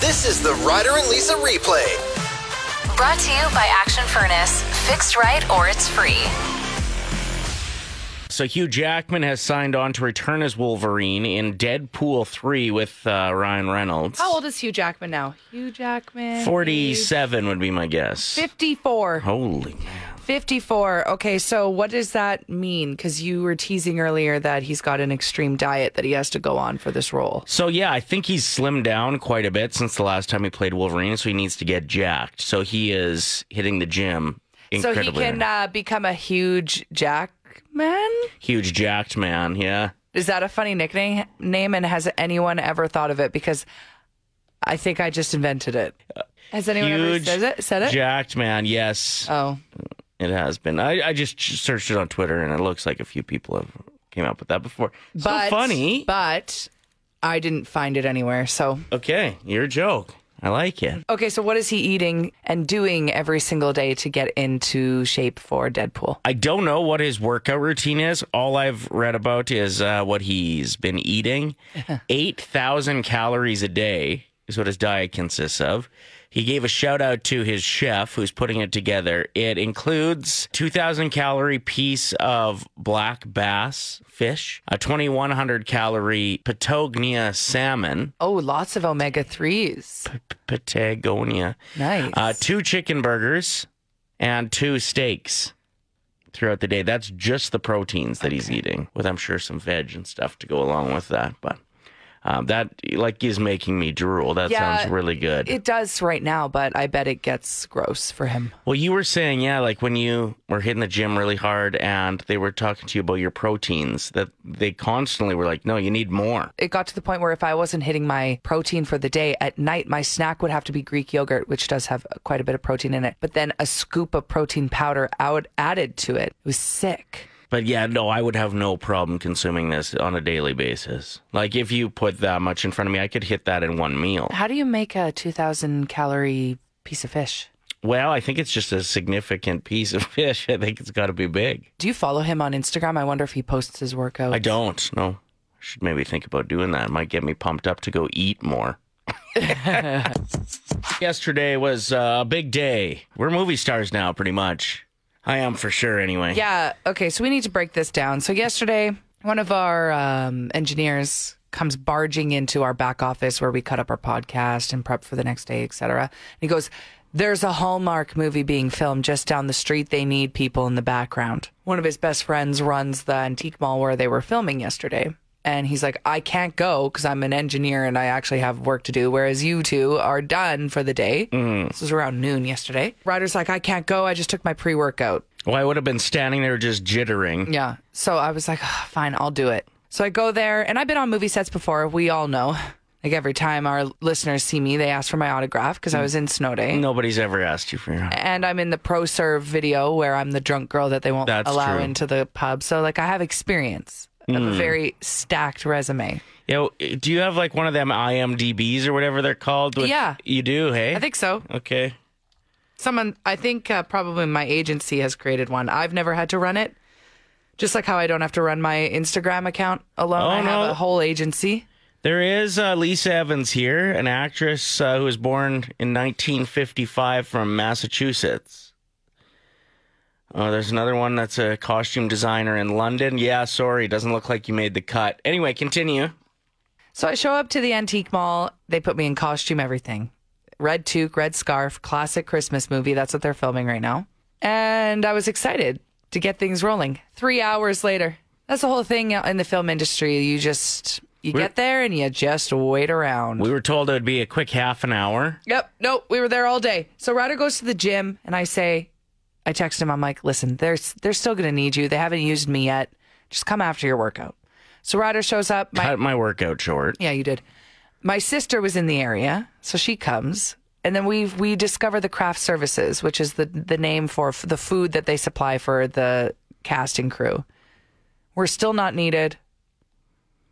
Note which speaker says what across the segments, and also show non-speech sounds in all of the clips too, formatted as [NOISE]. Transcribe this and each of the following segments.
Speaker 1: This is the Ryder and Lisa replay.
Speaker 2: Brought to you by Action Furnace. Fixed right or it's free.
Speaker 3: So Hugh Jackman has signed on to return as Wolverine in Deadpool 3 with uh, Ryan Reynolds.
Speaker 4: How old is Hugh Jackman now? Hugh Jackman.
Speaker 3: 47 would be my guess.
Speaker 4: 54.
Speaker 3: Holy man.
Speaker 4: 54. Okay, so what does that mean? Because you were teasing earlier that he's got an extreme diet that he has to go on for this role.
Speaker 3: So yeah, I think he's slimmed down quite a bit since the last time he played Wolverine, so he needs to get jacked. So he is hitting the gym incredibly.
Speaker 4: So he can uh, become a huge Jackman?
Speaker 3: Huge jacked man, yeah.
Speaker 4: Is that a funny nickname? Name and has anyone ever thought of it? Because I think I just invented it. Has anyone ever
Speaker 3: Huge
Speaker 4: says it? Said it?
Speaker 3: jacked man, yes.
Speaker 4: oh,
Speaker 3: It has been. I, I just searched it on Twitter, and it looks like a few people have came up with that before.
Speaker 4: but
Speaker 3: so funny.
Speaker 4: But I didn't find it anywhere. So
Speaker 3: okay, your joke. I like it.
Speaker 4: okay, so what is he eating and doing every single day to get into shape for Deadpool?
Speaker 3: I don't know what his workout routine is. All I've read about is uh, what he's been eating. Eight thousand calories a day is what his diet consists of. He gave a shout out to his chef who's putting it together. It includes 2,000 calorie piece of black bass fish, a 2,100 calorie Patagonia salmon,
Speaker 4: Oh, lots of omega threes.
Speaker 3: Patagonia.
Speaker 4: Nice.
Speaker 3: Uh, two chicken burgers and two steaks throughout the day. That's just the proteins that he's eating, with I'm sure some veg and stuff to go along with that. But um, that like is making me drool. That
Speaker 4: Yeah,
Speaker 3: sounds really good.
Speaker 4: it does right now, but I bet it gets gross for him.
Speaker 3: well, you were saying yeah, like when you were hitting the gym really hard, and they were talking to you about your proteins. That they constantly were like, no, you need more.
Speaker 4: It got to the point where if I wasn't hitting my protein for the day at night, my snack would have to be Greek yogurt, which does have quite a bit of protein in it, but then a scoop of protein powder out added to it. It was sick.
Speaker 3: But yeah, no, I would have no problem consuming this on a daily basis. Like if you put that much in front of me, I could hit that in one meal.
Speaker 4: How do you make a 2,000 calorie piece of fish?
Speaker 3: Well, I think it's just a significant piece of fish. [LAUGHS] I think it's got to be big.
Speaker 4: Do you follow him on Instagram? I wonder if he posts his workout.
Speaker 3: I don't. No, I should maybe think about doing that. It might get me pumped up to go eat more. [LAUGHS] Yesterday was uh, a big day. We're movie stars now, pretty much. I am for sure, anyway.
Speaker 4: Yeah. Okay. So we need to break this down. So yesterday, one of our um, engineers comes barging into our back office where we cut up our podcast and prep for the next day, et cetera. And he goes, "There's a Hallmark movie being filmed just down the street. They need people in the background." One of his best friends runs the antique mall where they were filming yesterday. And he's like, I can't go because I'm an engineer and I actually have work to do, whereas you two are done for the day. This was around noon yesterday. Ryder's like, I can't go. I just took my pre workout.
Speaker 3: Well, I would have been standing there just jittering.
Speaker 4: Yeah. So I was like, "Ugh, fine, I'll do it. So I go there, and I've been on movie sets before. We all know. Like every time our listeners see me, they ask for my autograph because I was in Snow Day.
Speaker 3: Nobody's ever asked you for your.
Speaker 4: And I'm in the pro serve video where I'm the drunk girl that they won't
Speaker 3: That's
Speaker 4: allow
Speaker 3: true. Mm.
Speaker 4: into the pub. So, like, I have experience of a very stacked resume.
Speaker 3: Yo, do you have like one of them IMDb's or whatever they're called? Which-
Speaker 4: Yeah.
Speaker 3: you do. Hey,
Speaker 4: I think so.
Speaker 3: Okay.
Speaker 4: Someone, I think uh, probably my agency has created one. I've never had to run it. Just like how I don't have to run my Instagram account alone,
Speaker 3: Oh,
Speaker 4: I have
Speaker 3: no.
Speaker 4: a whole agency.
Speaker 3: There is uh, Lisa Evans here, an actress uh, who was born in 1955 from Massachusetts. Oh, there's another one that's a costume designer in London. Yeah, sorry, doesn't look like you made the cut. Anyway, continue.
Speaker 4: So I show up to the antique mall. They put me in costume, everything. Red toque, red scarf, classic Christmas movie. That's what they're filming right now. And I was excited to get things rolling. Three hours later. That's the whole thing in the film industry. You just, you get there and you just wait around.
Speaker 3: We were told it would be a quick half an hour.
Speaker 4: Yep. Nope. We were there all day. So Ryder goes to the gym, and I say, I text him. I'm like, listen, they're they're still gonna need you. They haven't used me yet. Just come after your workout. So Ryder shows up. My,
Speaker 3: Cut my workout short.
Speaker 4: yeah, you did. My sister was in the area, so she comes, and then we we discover the craft services, which is the the name for f- the food that they supply for the cast and crew. We're still not needed.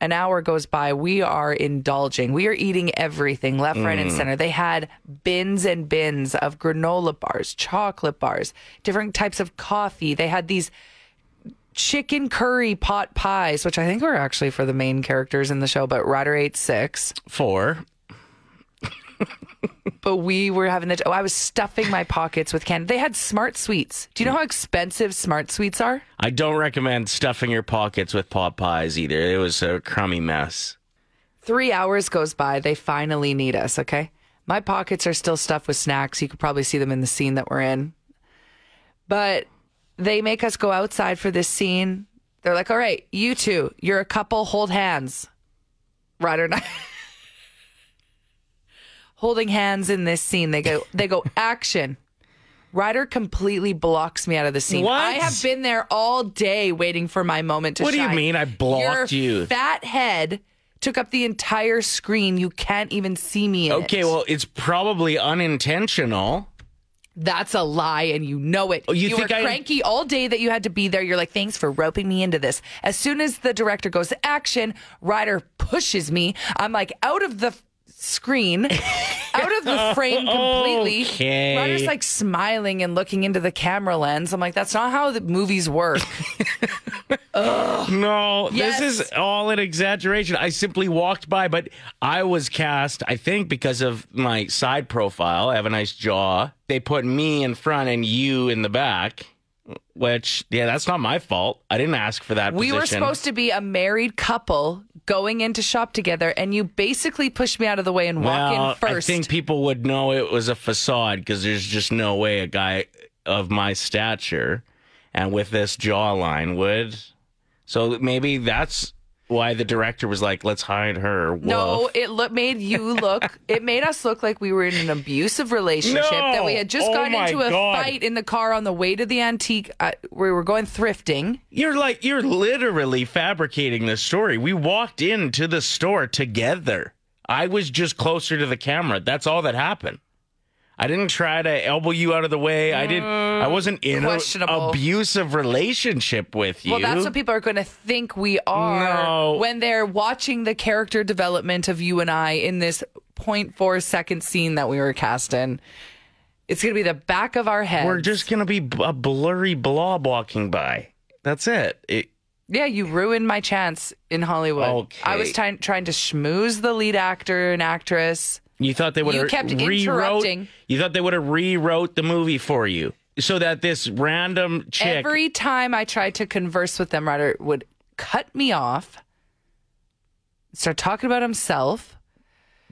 Speaker 4: An hour goes by. We are indulging. We are eating everything left, right, and center. They had bins and bins of granola bars, chocolate bars, different types of coffee. They had these chicken curry pot pies, which I think were actually for the main characters in the show, but Ryder ate six.
Speaker 3: Four.
Speaker 4: but we were having the. Oh, I was stuffing my pockets with candy. They had smart sweets. Do you know how expensive smart sweets are?
Speaker 3: I don't recommend stuffing your pockets with pot pies either. It was a crummy mess.
Speaker 4: Three hours goes by. They finally need us. Okay. My pockets are still stuffed with snacks. You could probably see them in the scene that we're in. But they make us go outside for this scene. They're like, all right, you two, you're a couple, hold hands. Ryder and I. [LAUGHS] Holding hands in this scene. They go, they
Speaker 3: [LAUGHS]
Speaker 4: go, action. Ryder completely blocks me out of the scene.
Speaker 3: What?
Speaker 4: I have been there all day waiting for my moment to
Speaker 3: What do you
Speaker 4: shine.
Speaker 3: mean I blocked
Speaker 4: Your
Speaker 3: you?
Speaker 4: Fat head took up the entire screen. You can't even see me in
Speaker 3: Okay,
Speaker 4: it.
Speaker 3: well, it's probably unintentional.
Speaker 4: That's a lie, and you know it.
Speaker 3: Oh, you think
Speaker 4: were
Speaker 3: I-
Speaker 4: cranky all day that you had to be there. You're like, thanks for roping me into this. As soon as the director goes to action, Ryder pushes me. I'm like out of the f-
Speaker 3: [LAUGHS]
Speaker 4: screen, out of the frame completely.
Speaker 3: Okay.
Speaker 4: Ryder's like smiling and looking into the camera lens. I'm like, that's not how the movies work.
Speaker 3: No,
Speaker 4: Yes.
Speaker 3: this is all an exaggeration. I simply walked by, but I was cast, I think, because of my side profile. I have a nice jaw. They put me in front and you in the back, which, yeah, that's not my fault. I didn't ask for that
Speaker 4: we were
Speaker 3: position.
Speaker 4: supposed to be a married couple going into shop together, and you basically pushed me out of the way and walk
Speaker 3: well,
Speaker 4: in first.
Speaker 3: I think people would know it was a facade because there's just no way a guy of my stature and with this jawline would. So maybe that's why the director was like, let's hide her. Woof.
Speaker 4: No, it look, made you look.
Speaker 3: [LAUGHS]
Speaker 4: it made us look like we were in an abusive relationship that we had just
Speaker 3: No! Oh
Speaker 4: gotten
Speaker 3: my
Speaker 4: into a
Speaker 3: God.
Speaker 4: fight in the car on the way to the antique. Uh, we were going thrifting.
Speaker 3: You're like you're literally fabricating this story. We walked into the store together. I was just closer to the camera. That's all that happened. I didn't try to elbow you out of the way. I didn't. I wasn't in an
Speaker 4: Mm, questionable.
Speaker 3: abusive relationship with you.
Speaker 4: Well, that's what people are going to think we are
Speaker 3: No.
Speaker 4: when they're watching the character development of you and I in this 0.4 second scene that we were cast in. It's going to be the back of our head.
Speaker 3: We're just gonna be b- a blurry blob walking by. That's it. It-
Speaker 4: Yeah, you ruined my chance in Hollywood. I was
Speaker 3: Okay.
Speaker 4: try- trying to schmooze the lead actor and actress.
Speaker 3: you thought they would
Speaker 4: You
Speaker 3: have
Speaker 4: kept
Speaker 3: rewrote.
Speaker 4: interrupting.
Speaker 3: You thought they would have rewrote the movie for you so that this random chick
Speaker 4: Every time I tried to converse with them, Ryder would cut me off, start talking about himself.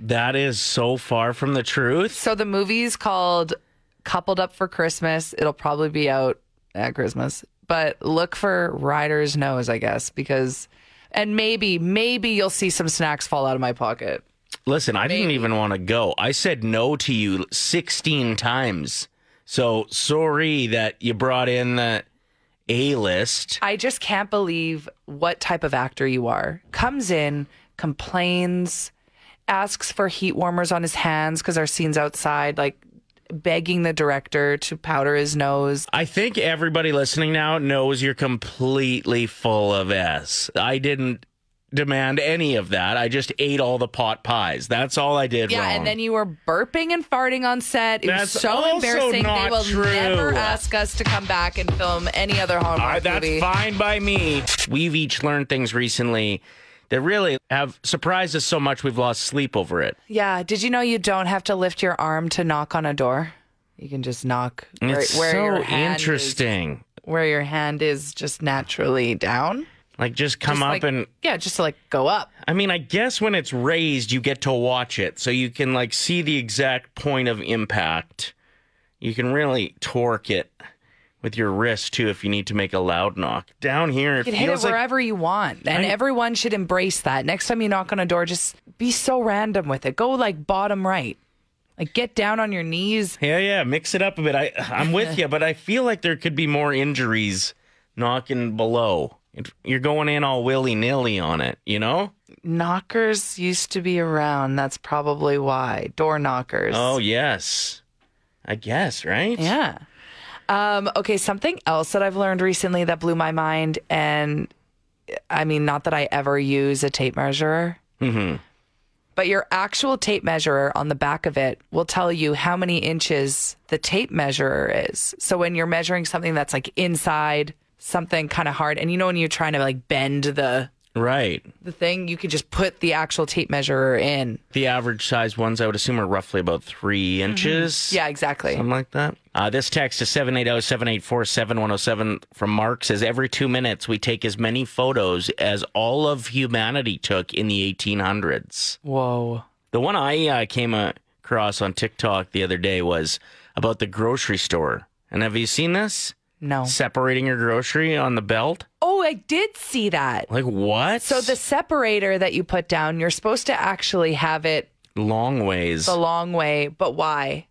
Speaker 3: that is so far from the truth.
Speaker 4: So the movie's called Coupled Up for Christmas. It'll probably be out at Christmas, but look for Ryder's nose, I guess, because, and maybe, maybe you'll see some snacks fall out of my pocket.
Speaker 3: Listen, I didn't even want to go. I said no to you 16 times. So sorry that you brought in the A list.
Speaker 4: I just can't believe what type of actor you are. Comes in, complains, asks for heat warmers on his hands because our scene's outside, like begging the director to powder his nose.
Speaker 3: I think everybody listening now knows you're completely full of S. I didn't demand any of that. I just ate all the pot pies. That's all I did
Speaker 4: Yeah,
Speaker 3: wrong.
Speaker 4: and then you were burping and farting on set. It
Speaker 3: That's
Speaker 4: was so
Speaker 3: also
Speaker 4: embarrassing. They
Speaker 3: not
Speaker 4: will
Speaker 3: true.
Speaker 4: never ask us to come back and film any other Hallmark
Speaker 3: All right, that's
Speaker 4: movie.
Speaker 3: fine by me. We've each learned things recently that really have surprised us so much we've lost sleep over it.
Speaker 4: Yeah. Did you know you don't have to lift your arm to knock on a door? You can just knock where,
Speaker 3: It's
Speaker 4: where
Speaker 3: so
Speaker 4: your hand is-
Speaker 3: interesting.
Speaker 4: where your hand is just naturally down.
Speaker 3: Like just come
Speaker 4: Just
Speaker 3: up
Speaker 4: like-
Speaker 3: and
Speaker 4: yeah, just to like go up.
Speaker 3: I mean I guess when it's raised you get to watch it so you can like see the exact point of impact. You can really torque it with your wrist too if you need to make a loud knock. Down here it
Speaker 4: You can hit it
Speaker 3: feels like
Speaker 4: wherever you want, and
Speaker 3: I-
Speaker 4: everyone should embrace that. Next time you knock on a door, just be so random with it. Go like bottom right, like get down on your knees.
Speaker 3: yeah yeah mix it up a bit. I I'm
Speaker 4: [LAUGHS]
Speaker 3: with you but I feel like there could be more injuries knocking below. It- You're going in all willy nilly on it, you know?
Speaker 4: Knockers used to be around. That's probably why door knockers.
Speaker 3: Oh yes, I guess right.
Speaker 4: yeah. Um, okay, something else that I've learned recently that blew my mind, and I mean, not that I ever use a tape measure, but your actual tape measurer on the back of it will tell you how many inches the tape measurer is. So when you're measuring something that's like inside something kind of hard, and you know when you're trying to like bend the
Speaker 3: Right.
Speaker 4: the thing, you could just put the actual tape measure in.
Speaker 3: The average size ones, I would assume, are roughly about three inches.
Speaker 4: Mm-hmm. Yeah, exactly.
Speaker 3: Something like that. Uh, this text is 780 784 7107 from Mark says Every two minutes, we take as many photos as all of humanity took in the 1800s.
Speaker 4: Whoa.
Speaker 3: The one I uh, came across on TikTok the other day was about the grocery store. And have you seen this?
Speaker 4: No.
Speaker 3: Separating your grocery on the belt?
Speaker 4: Oh, I did see that.
Speaker 3: Like what?
Speaker 4: So the separator that you put down, you're supposed to actually have it
Speaker 3: long ways.
Speaker 4: the long way, but why?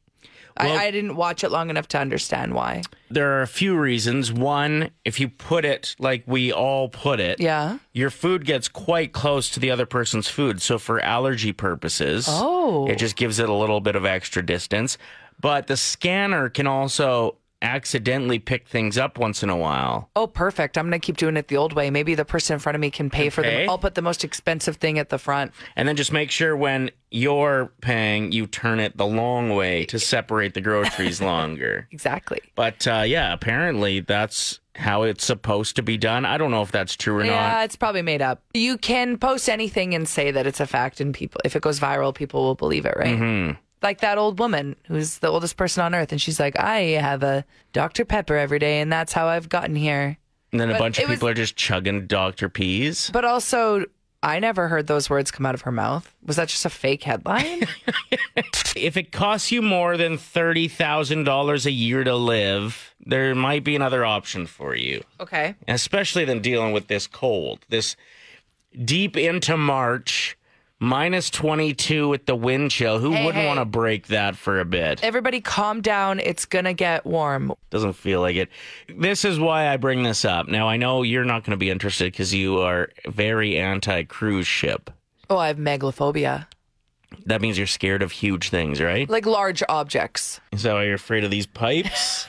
Speaker 3: Well-
Speaker 4: I, I didn't watch it long enough to understand why.
Speaker 3: there are a few reasons. One, if you put it like we all put it,
Speaker 4: Yeah.
Speaker 3: your food gets quite close to the other person's food. So for allergy purposes,
Speaker 4: Oh.
Speaker 3: it just gives it a little bit of extra distance. But the scanner can also accidentally pick things up once in a while.
Speaker 4: Oh, perfect. I'm going to keep doing it the old way. Maybe the person in front of me can pay for
Speaker 3: pay?
Speaker 4: them. I'll put the most expensive thing at the front.
Speaker 3: And then just make sure when you're paying, you turn it the long way to separate the
Speaker 4: [LAUGHS]
Speaker 3: groceries longer.
Speaker 4: Exactly.
Speaker 3: But uh, yeah, apparently that's how it's supposed to be done. I don't know if that's true or
Speaker 4: Yeah,
Speaker 3: not.
Speaker 4: it's probably made up. You can post anything and say that it's a fact, and people, if it goes viral, people will believe it, right?
Speaker 3: Mm-hmm.
Speaker 4: Like that old woman who's the oldest person on earth, and she's like, I have a Dr. Pepper every day, and that's how I've gotten here.
Speaker 3: And then a bunch of
Speaker 4: it was-
Speaker 3: people are just chugging Dr. Peas.
Speaker 4: But also, I never heard those words come out of her mouth. Was that just a fake headline?
Speaker 3: If it costs you more than $30,000 a year to live, there might be another option for you,
Speaker 4: [LAUGHS] okay.
Speaker 3: especially than dealing with this cold, this deep into March. Minus 22 with the wind chill. Who
Speaker 4: Hey,
Speaker 3: wouldn't
Speaker 4: hey.
Speaker 3: want to break that for a bit?
Speaker 4: Everybody calm down. It's going to get warm.
Speaker 3: Doesn't feel like it. This is why I bring this up. Now, I know you're not going to be interested because you are very anti cruise ship.
Speaker 4: Oh, I have megalophobia.
Speaker 3: That means you're scared of huge things, right?
Speaker 4: Like large objects.
Speaker 3: So are you afraid of these
Speaker 4: [LAUGHS]
Speaker 3: pipes?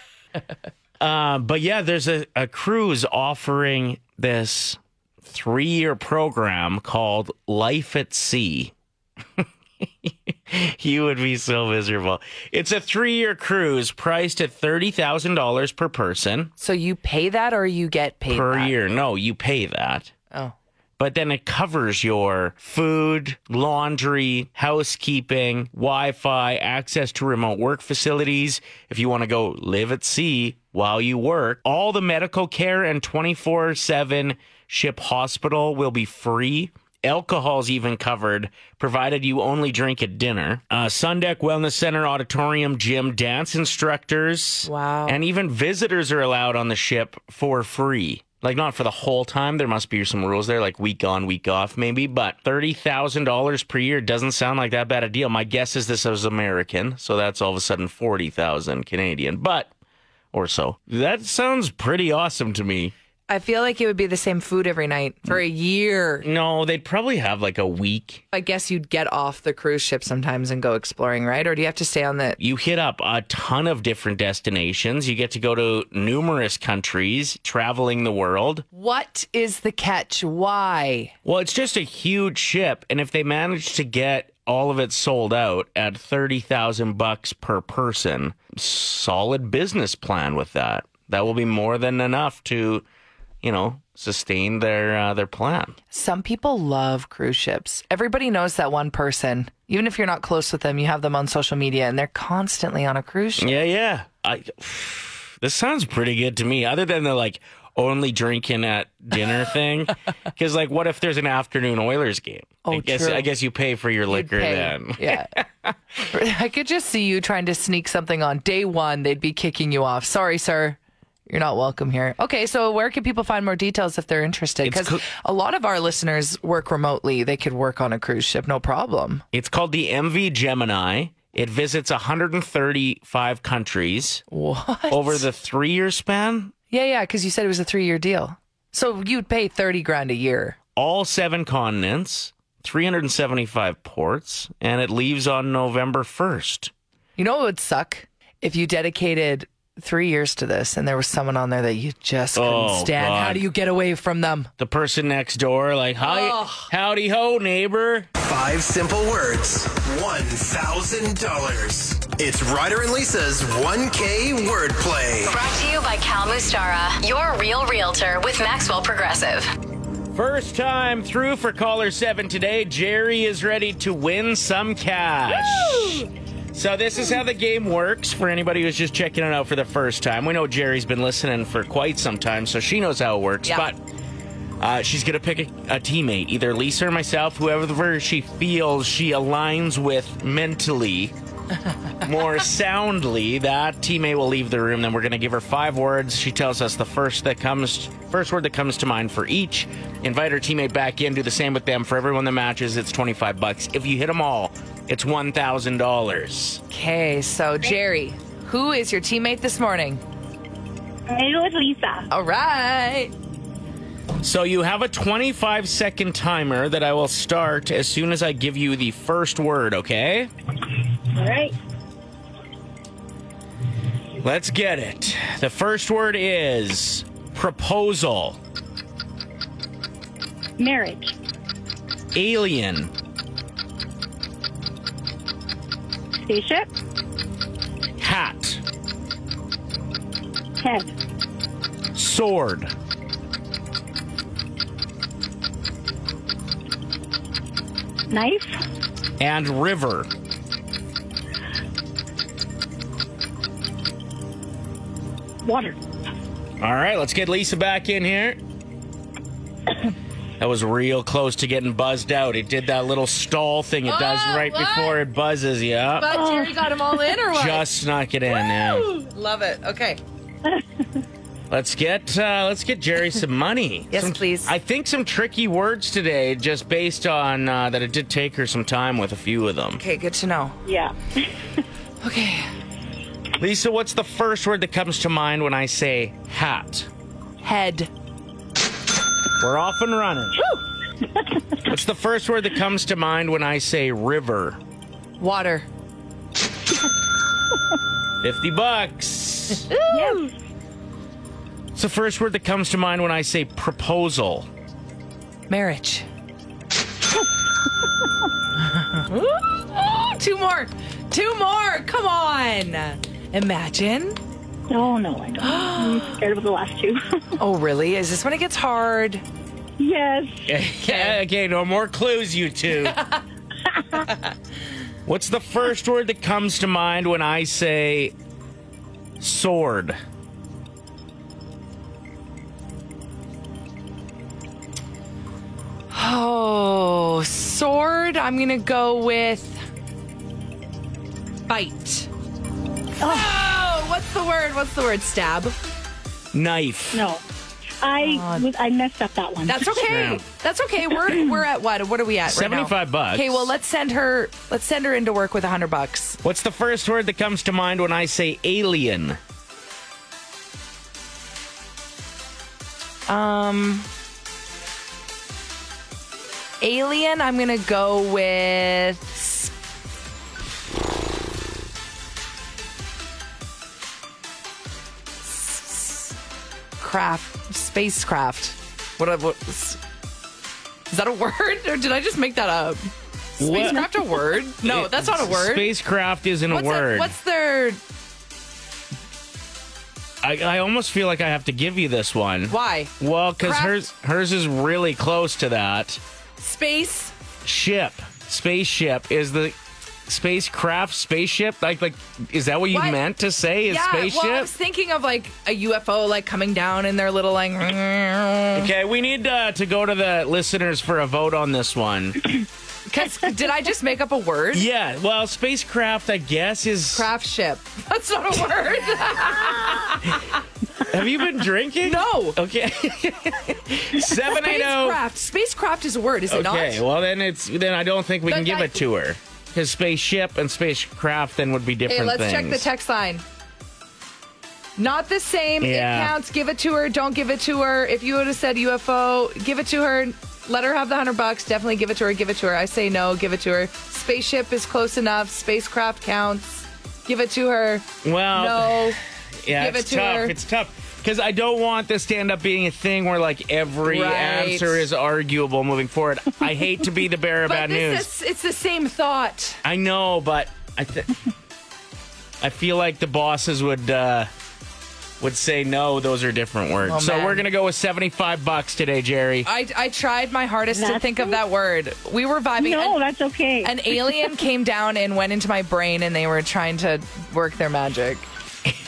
Speaker 3: uh, but yeah, there's a, a cruise offering this three year program called Life at Sea. [LAUGHS] you would be so miserable. It's a three year cruise priced at $30,000 per person
Speaker 4: So you pay that or you get paid
Speaker 3: per
Speaker 4: that?
Speaker 3: year. No, you pay that.
Speaker 4: Oh.
Speaker 3: But then it covers your food, laundry, housekeeping, Wi Fi, access to remote work facilities. If you want to go live at sea while you work, all the medical care and 24 7 ship hospital will be free. Alcohol's even covered, provided you only drink at dinner. Uh, Sundeck Wellness Center, auditorium, gym, dance instructors.
Speaker 4: Wow.
Speaker 3: And even visitors are allowed on the ship for free. Like, not for the whole time. There must be some rules there, like week on, week off, maybe. But $30,000 per year doesn't sound like that bad a deal. My guess is this is American. So that's all of a sudden 40000 Canadian, but or so. That sounds pretty awesome to me.
Speaker 4: I feel like it would be the same food every night for a year.
Speaker 3: No, they'd probably have like a week
Speaker 4: I guess you'd get off the cruise ship sometimes and go exploring, right? Or do you have to stay on the.
Speaker 3: you hit up a ton of different destinations. You get to go to numerous countries, traveling the world.
Speaker 4: What is the catch? Why?
Speaker 3: Well, it's just a huge ship, and if they manage to get all of it sold out at thirty thousand bucks per person, solid business plan with that. That will be more than enough to, you know, sustain their uh, their plan.
Speaker 4: Some people love cruise ships. Everybody knows that one person. Even if you're not close with them, you have them on social media and they're constantly on a
Speaker 3: [LAUGHS]
Speaker 4: cruise ship.
Speaker 3: Yeah, yeah. I this sounds pretty good to me. Other than the like only drinking at dinner thing, [LAUGHS] because like, what if there's an afternoon Oilers game? I
Speaker 4: Oh,
Speaker 3: guess
Speaker 4: true.
Speaker 3: I guess you pay for your liquor
Speaker 4: Pay.
Speaker 3: then.
Speaker 4: [LAUGHS] Yeah. I could just see you trying to sneak something on. Day one, they'd be kicking you off. Sorry, sir. You're not welcome here. Okay, so where can people find more details if they're interested?
Speaker 3: It's
Speaker 4: Because
Speaker 3: co-
Speaker 4: a lot of our listeners work remotely. They could work on a cruise ship, no problem. [LAUGHS]
Speaker 3: It's called the MV Gemini. It visits 135 countries
Speaker 4: What?
Speaker 3: over the three year span.
Speaker 4: Yeah, yeah, because you said it was a three year deal. So you'd pay 30 grand a year.
Speaker 3: all seven continents, 375 ports, and it leaves on November 1st.
Speaker 4: You know what would suck? If you dedicated three years to this and there was someone on there that you just couldn't
Speaker 3: Oh,
Speaker 4: stand. How
Speaker 3: God.
Speaker 4: do you get away from them?
Speaker 3: The person next door, like, hi,
Speaker 4: Ugh.
Speaker 3: howdy ho, neighbor.
Speaker 1: Five simple words, $1,000. It's Ryder and Lisa's 1K wordplay.
Speaker 2: Brought to you by Cal Mustara, your real realtor with Maxwell Progressive.
Speaker 3: First time through for caller seven today. Jerry is ready to win some cash. So this is how the game works for anybody who's just checking it out for the first time. We know Jerry's been listening for quite some time, so she knows how it works.
Speaker 4: Yeah.
Speaker 3: But uh, she's gonna pick a, a teammate, either Lisa or myself, whoever she feels she aligns with mentally more soundly, that teammate will leave the room. Then we're going to give her five words. She tells us the first that comes, first word that comes to mind for each. Invite her teammate back in. Do the same with them. For everyone that matches, it's twenty five bucks. If you hit them all, it's one thousand dollars.
Speaker 4: Okay, so Jerry, who is your teammate this morning?
Speaker 5: Maybe with Lisa.
Speaker 4: All right.
Speaker 3: So you have a twenty five second timer that I will start as soon as I give you the first word. Okay.
Speaker 5: All right.
Speaker 3: Let's get it. The first word is proposal.
Speaker 5: Marriage.
Speaker 3: Alien.
Speaker 5: Spaceship.
Speaker 3: Hat.
Speaker 5: Head.
Speaker 3: Sword.
Speaker 5: Knife.
Speaker 3: and river.
Speaker 5: Water.
Speaker 3: All right, let's get Lisa back in here. That was real close to getting buzzed out. It did that little stall thing it does
Speaker 4: Oh,
Speaker 3: right
Speaker 4: what?
Speaker 3: before it buzzes. Yeah,
Speaker 4: But Jerry got them all in or what?
Speaker 3: just snuck it in. Yeah.
Speaker 4: Love it. Okay.
Speaker 3: Let's get uh, let's get Jerry some money.
Speaker 4: [LAUGHS] Yes,
Speaker 3: Some-
Speaker 4: please.
Speaker 3: I think some tricky words today, just based on uh, that it did take her some time with a few of them.
Speaker 4: Okay, good to know.
Speaker 5: Yeah.
Speaker 4: Okay.
Speaker 3: Lisa, what's the first word that comes to mind when I say hat?
Speaker 4: Head.
Speaker 3: We're off and running.
Speaker 4: [LAUGHS]
Speaker 3: What's the first word that comes to mind when I say river?
Speaker 4: Water.
Speaker 3: 50 bucks.
Speaker 5: Yes.
Speaker 3: What's the first word that comes to mind when I say proposal?
Speaker 4: [LAUGHS] Marriage. Ooh, [LAUGHS] two more. Two more. Come on. Imagine.
Speaker 5: Oh no, I [GASPS] don't. I'm scared of the last two. [LAUGHS]
Speaker 4: Oh, really? Is this when it gets hard?
Speaker 5: yes.
Speaker 3: Okay, okay no more clues, you two.
Speaker 4: [LAUGHS]
Speaker 3: What's the first word that comes to mind when I say sword?
Speaker 4: Oh, sword. I'm going to go with bite. Oh, what's the word? What's the word? Stab.
Speaker 3: Knife.
Speaker 5: No. I was, I messed up that one.
Speaker 4: That's okay.
Speaker 3: Yeah.
Speaker 4: That's okay. We're we're at what? What are we at? right
Speaker 3: 75
Speaker 4: now?
Speaker 3: bucks.
Speaker 4: Okay, well let's send her let's send her into work with a hundred bucks.
Speaker 3: What's the first word that comes to mind when I say alien?
Speaker 4: Um Alien, I'm gonna go with s- s- craft spacecraft. What,
Speaker 3: uh,
Speaker 4: what s- is that a word? Or did I just make that up? Spacecraft a word? No, that's not a word.
Speaker 3: Spacecraft isn't
Speaker 4: what's
Speaker 3: a word.
Speaker 4: what's their
Speaker 3: I, I almost feel like I have to give you this one.
Speaker 4: why?
Speaker 3: Well, because
Speaker 4: Craft-
Speaker 3: hers hers is really close to that.
Speaker 4: Space
Speaker 3: Ship, spaceship is the spacecraft spaceship. Like like is that what you
Speaker 4: What?
Speaker 3: meant to say? Is
Speaker 4: yeah,
Speaker 3: spaceship?
Speaker 4: well, I was thinking of like a UFO like coming down in their little like.
Speaker 3: Okay, we need uh, to go to the listeners for a vote on this one.
Speaker 4: 'Cause did I just make up a
Speaker 3: [LAUGHS]
Speaker 4: word?
Speaker 3: yeah, well, spacecraft, I guess, is.
Speaker 4: Craft ship. That's not a word.
Speaker 3: [LAUGHS] Have you been drinking?
Speaker 4: [LAUGHS] no.
Speaker 3: Okay. 780.
Speaker 4: Spacecraft. Spacecraft is a word, is it
Speaker 3: Okay,
Speaker 4: not?
Speaker 3: well, then it's then I don't think we
Speaker 4: But
Speaker 3: can give
Speaker 4: I-
Speaker 3: it to her. Because spaceship and spacecraft then would be different
Speaker 4: Okay, let's
Speaker 3: things.
Speaker 4: check the text line. Not the same.
Speaker 3: Yeah.
Speaker 4: It counts. Give it to her. Don't give it to her. If you would have said UFO, give it to her. Let her have the hundred bucks. Definitely give it to her. Give it to her. I say no. Give it to her. Spaceship is close enough. Spacecraft counts. Give it to her.
Speaker 3: Well, [LAUGHS]
Speaker 4: No.
Speaker 3: Yeah,
Speaker 4: Give
Speaker 3: it's
Speaker 4: it to
Speaker 3: tough.
Speaker 4: her.
Speaker 3: It's tough because I don't want this to end up being a thing where like every
Speaker 4: Right.
Speaker 3: answer is arguable moving forward. I hate to be the bearer of bad
Speaker 4: [LAUGHS] but
Speaker 3: news.
Speaker 4: This is, it's the same thought.
Speaker 3: I know, but I th- I feel like the bosses would uh, would say no, those are different words.
Speaker 4: Oh,
Speaker 3: so
Speaker 4: man.
Speaker 3: we're gonna go with seventy-five bucks today, Jerry.
Speaker 4: I, I tried my hardest to
Speaker 5: That's
Speaker 4: think of
Speaker 5: it.
Speaker 4: that word. We were vibing.
Speaker 5: No,
Speaker 4: An-
Speaker 5: that's okay.
Speaker 4: an alien came down and went into my brain, and they were trying to work their magic.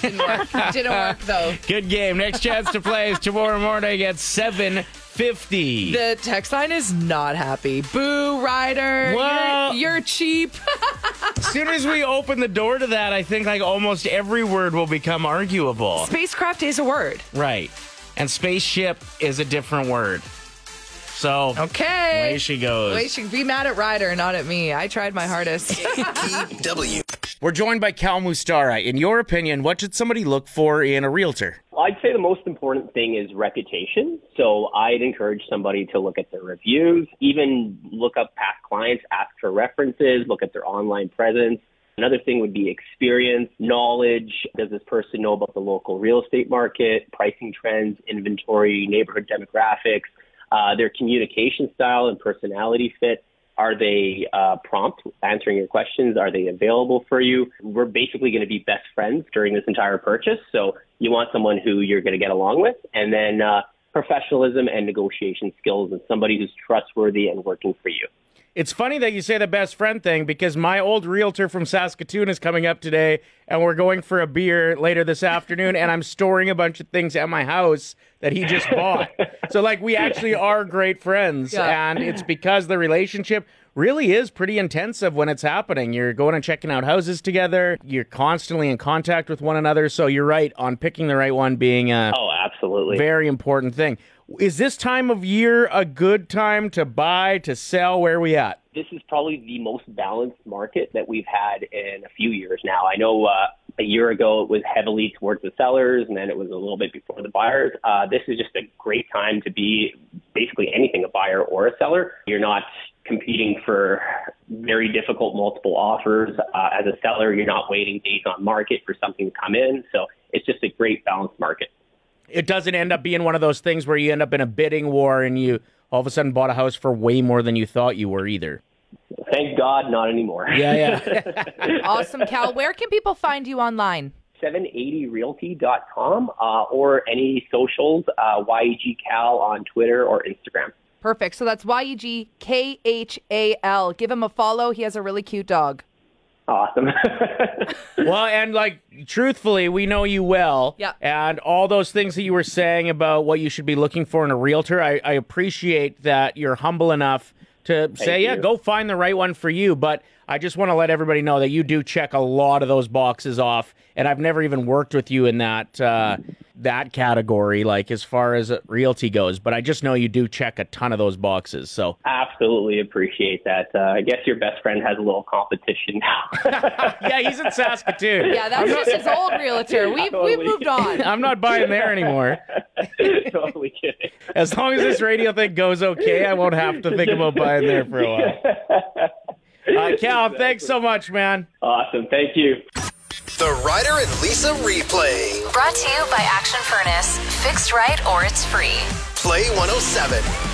Speaker 4: Didn't work. [LAUGHS] Didn't work though.
Speaker 3: Good game. Next chance to play is tomorrow morning at seven fifty.
Speaker 4: The text line is not happy. Boo, Ryder.
Speaker 3: Well-
Speaker 4: You're, you're cheap.
Speaker 3: As soon as we open the door to that, I think like almost every word will become arguable.
Speaker 4: Spacecraft is a word.
Speaker 3: Right. And spaceship is a different word. So
Speaker 4: Okay.
Speaker 3: away she goes.
Speaker 4: Wait, she be mad at Ryder, not at me. I tried my hardest.
Speaker 1: KW.
Speaker 3: We're joined by Cal Mustara. In your opinion, what should somebody look for in a realtor?
Speaker 6: I'd say the most important thing is reputation. So I'd encourage somebody to look at their reviews, even look up past clients, ask for references, look at their online presence. Another thing would be experience, knowledge. Does this person know about the local real estate market, pricing trends, inventory, neighborhood demographics, uh, their communication style and personality fit? Are they uh, prompt answering your questions? Are they available for you? We're basically going to be best friends during this entire purchase. So you want someone who you're going to get along with. And then uh, professionalism and negotiation skills and somebody who's trustworthy and working for you.
Speaker 3: It's funny that you say the best friend thing because my old realtor from Saskatoon is coming up today and we're going for a beer later this afternoon and I'm storing a bunch of things at my house that he just bought. so like we actually are great friends
Speaker 4: Yeah.
Speaker 3: and it's because the relationship really is pretty intensive when it's happening. You're going and checking out houses together, you're constantly in contact with one another, so you're right on picking the right one being a
Speaker 6: Oh, absolutely.
Speaker 3: very important thing. Is this time of year a good time to buy, to sell? Where are we at?
Speaker 6: this is probably the most balanced market that we've had in a few years now. I know uh, a year ago it was heavily towards the sellers, and then it was a little bit before the buyers. Uh, this is just a great time to be basically anything a buyer or a seller. You're not competing for very difficult multiple offers. Uh, as a seller, you're not waiting days on market for something to come in. So it's just a great balanced market.
Speaker 3: it doesn't end up being one of those things where you end up in a bidding war and you all of a sudden bought a house for way more than you thought you were either.
Speaker 6: Thank God, not anymore.
Speaker 3: Yeah, yeah.
Speaker 4: [LAUGHS] awesome, Cal. Where can people find you online?
Speaker 6: 780realty.com uh, or any socials, uh, YEG Cal on Twitter or Instagram.
Speaker 4: Perfect. So that's Y E G K H A L. Give him a follow. He has a really cute dog.
Speaker 6: Awesome. [LAUGHS]
Speaker 3: well, and like truthfully, we know you well.
Speaker 4: Yeah.
Speaker 3: And all those things that you were saying about what you should be looking for in a realtor, I, I appreciate that you're humble enough to say, yeah,
Speaker 6: you.
Speaker 3: go find the right one for you. But I just want to let everybody know that you do check a lot of those boxes off. And I've never even worked with you in that uh, that category, like as far as realty goes. But I just know you do check a ton of those boxes. So
Speaker 6: Absolutely appreciate that. Uh, I guess your best friend has a little competition now. [LAUGHS]
Speaker 3: yeah, he's in Saskatoon.
Speaker 4: Yeah, that was just his old realtor. We've,
Speaker 6: Totally.
Speaker 4: we've
Speaker 3: [LAUGHS]
Speaker 4: moved on.
Speaker 3: I'm not buying there anymore.
Speaker 6: totally kidding.
Speaker 3: As long as this radio thing goes okay, I won't have to think about buying there for a while. Uh, Cal, thanks so much, man.
Speaker 6: Awesome. Thank you.
Speaker 1: The Ryder and Lisa replay.
Speaker 2: Brought to you by Action Furnace. Fixed right or it's free.
Speaker 1: oh Play 107.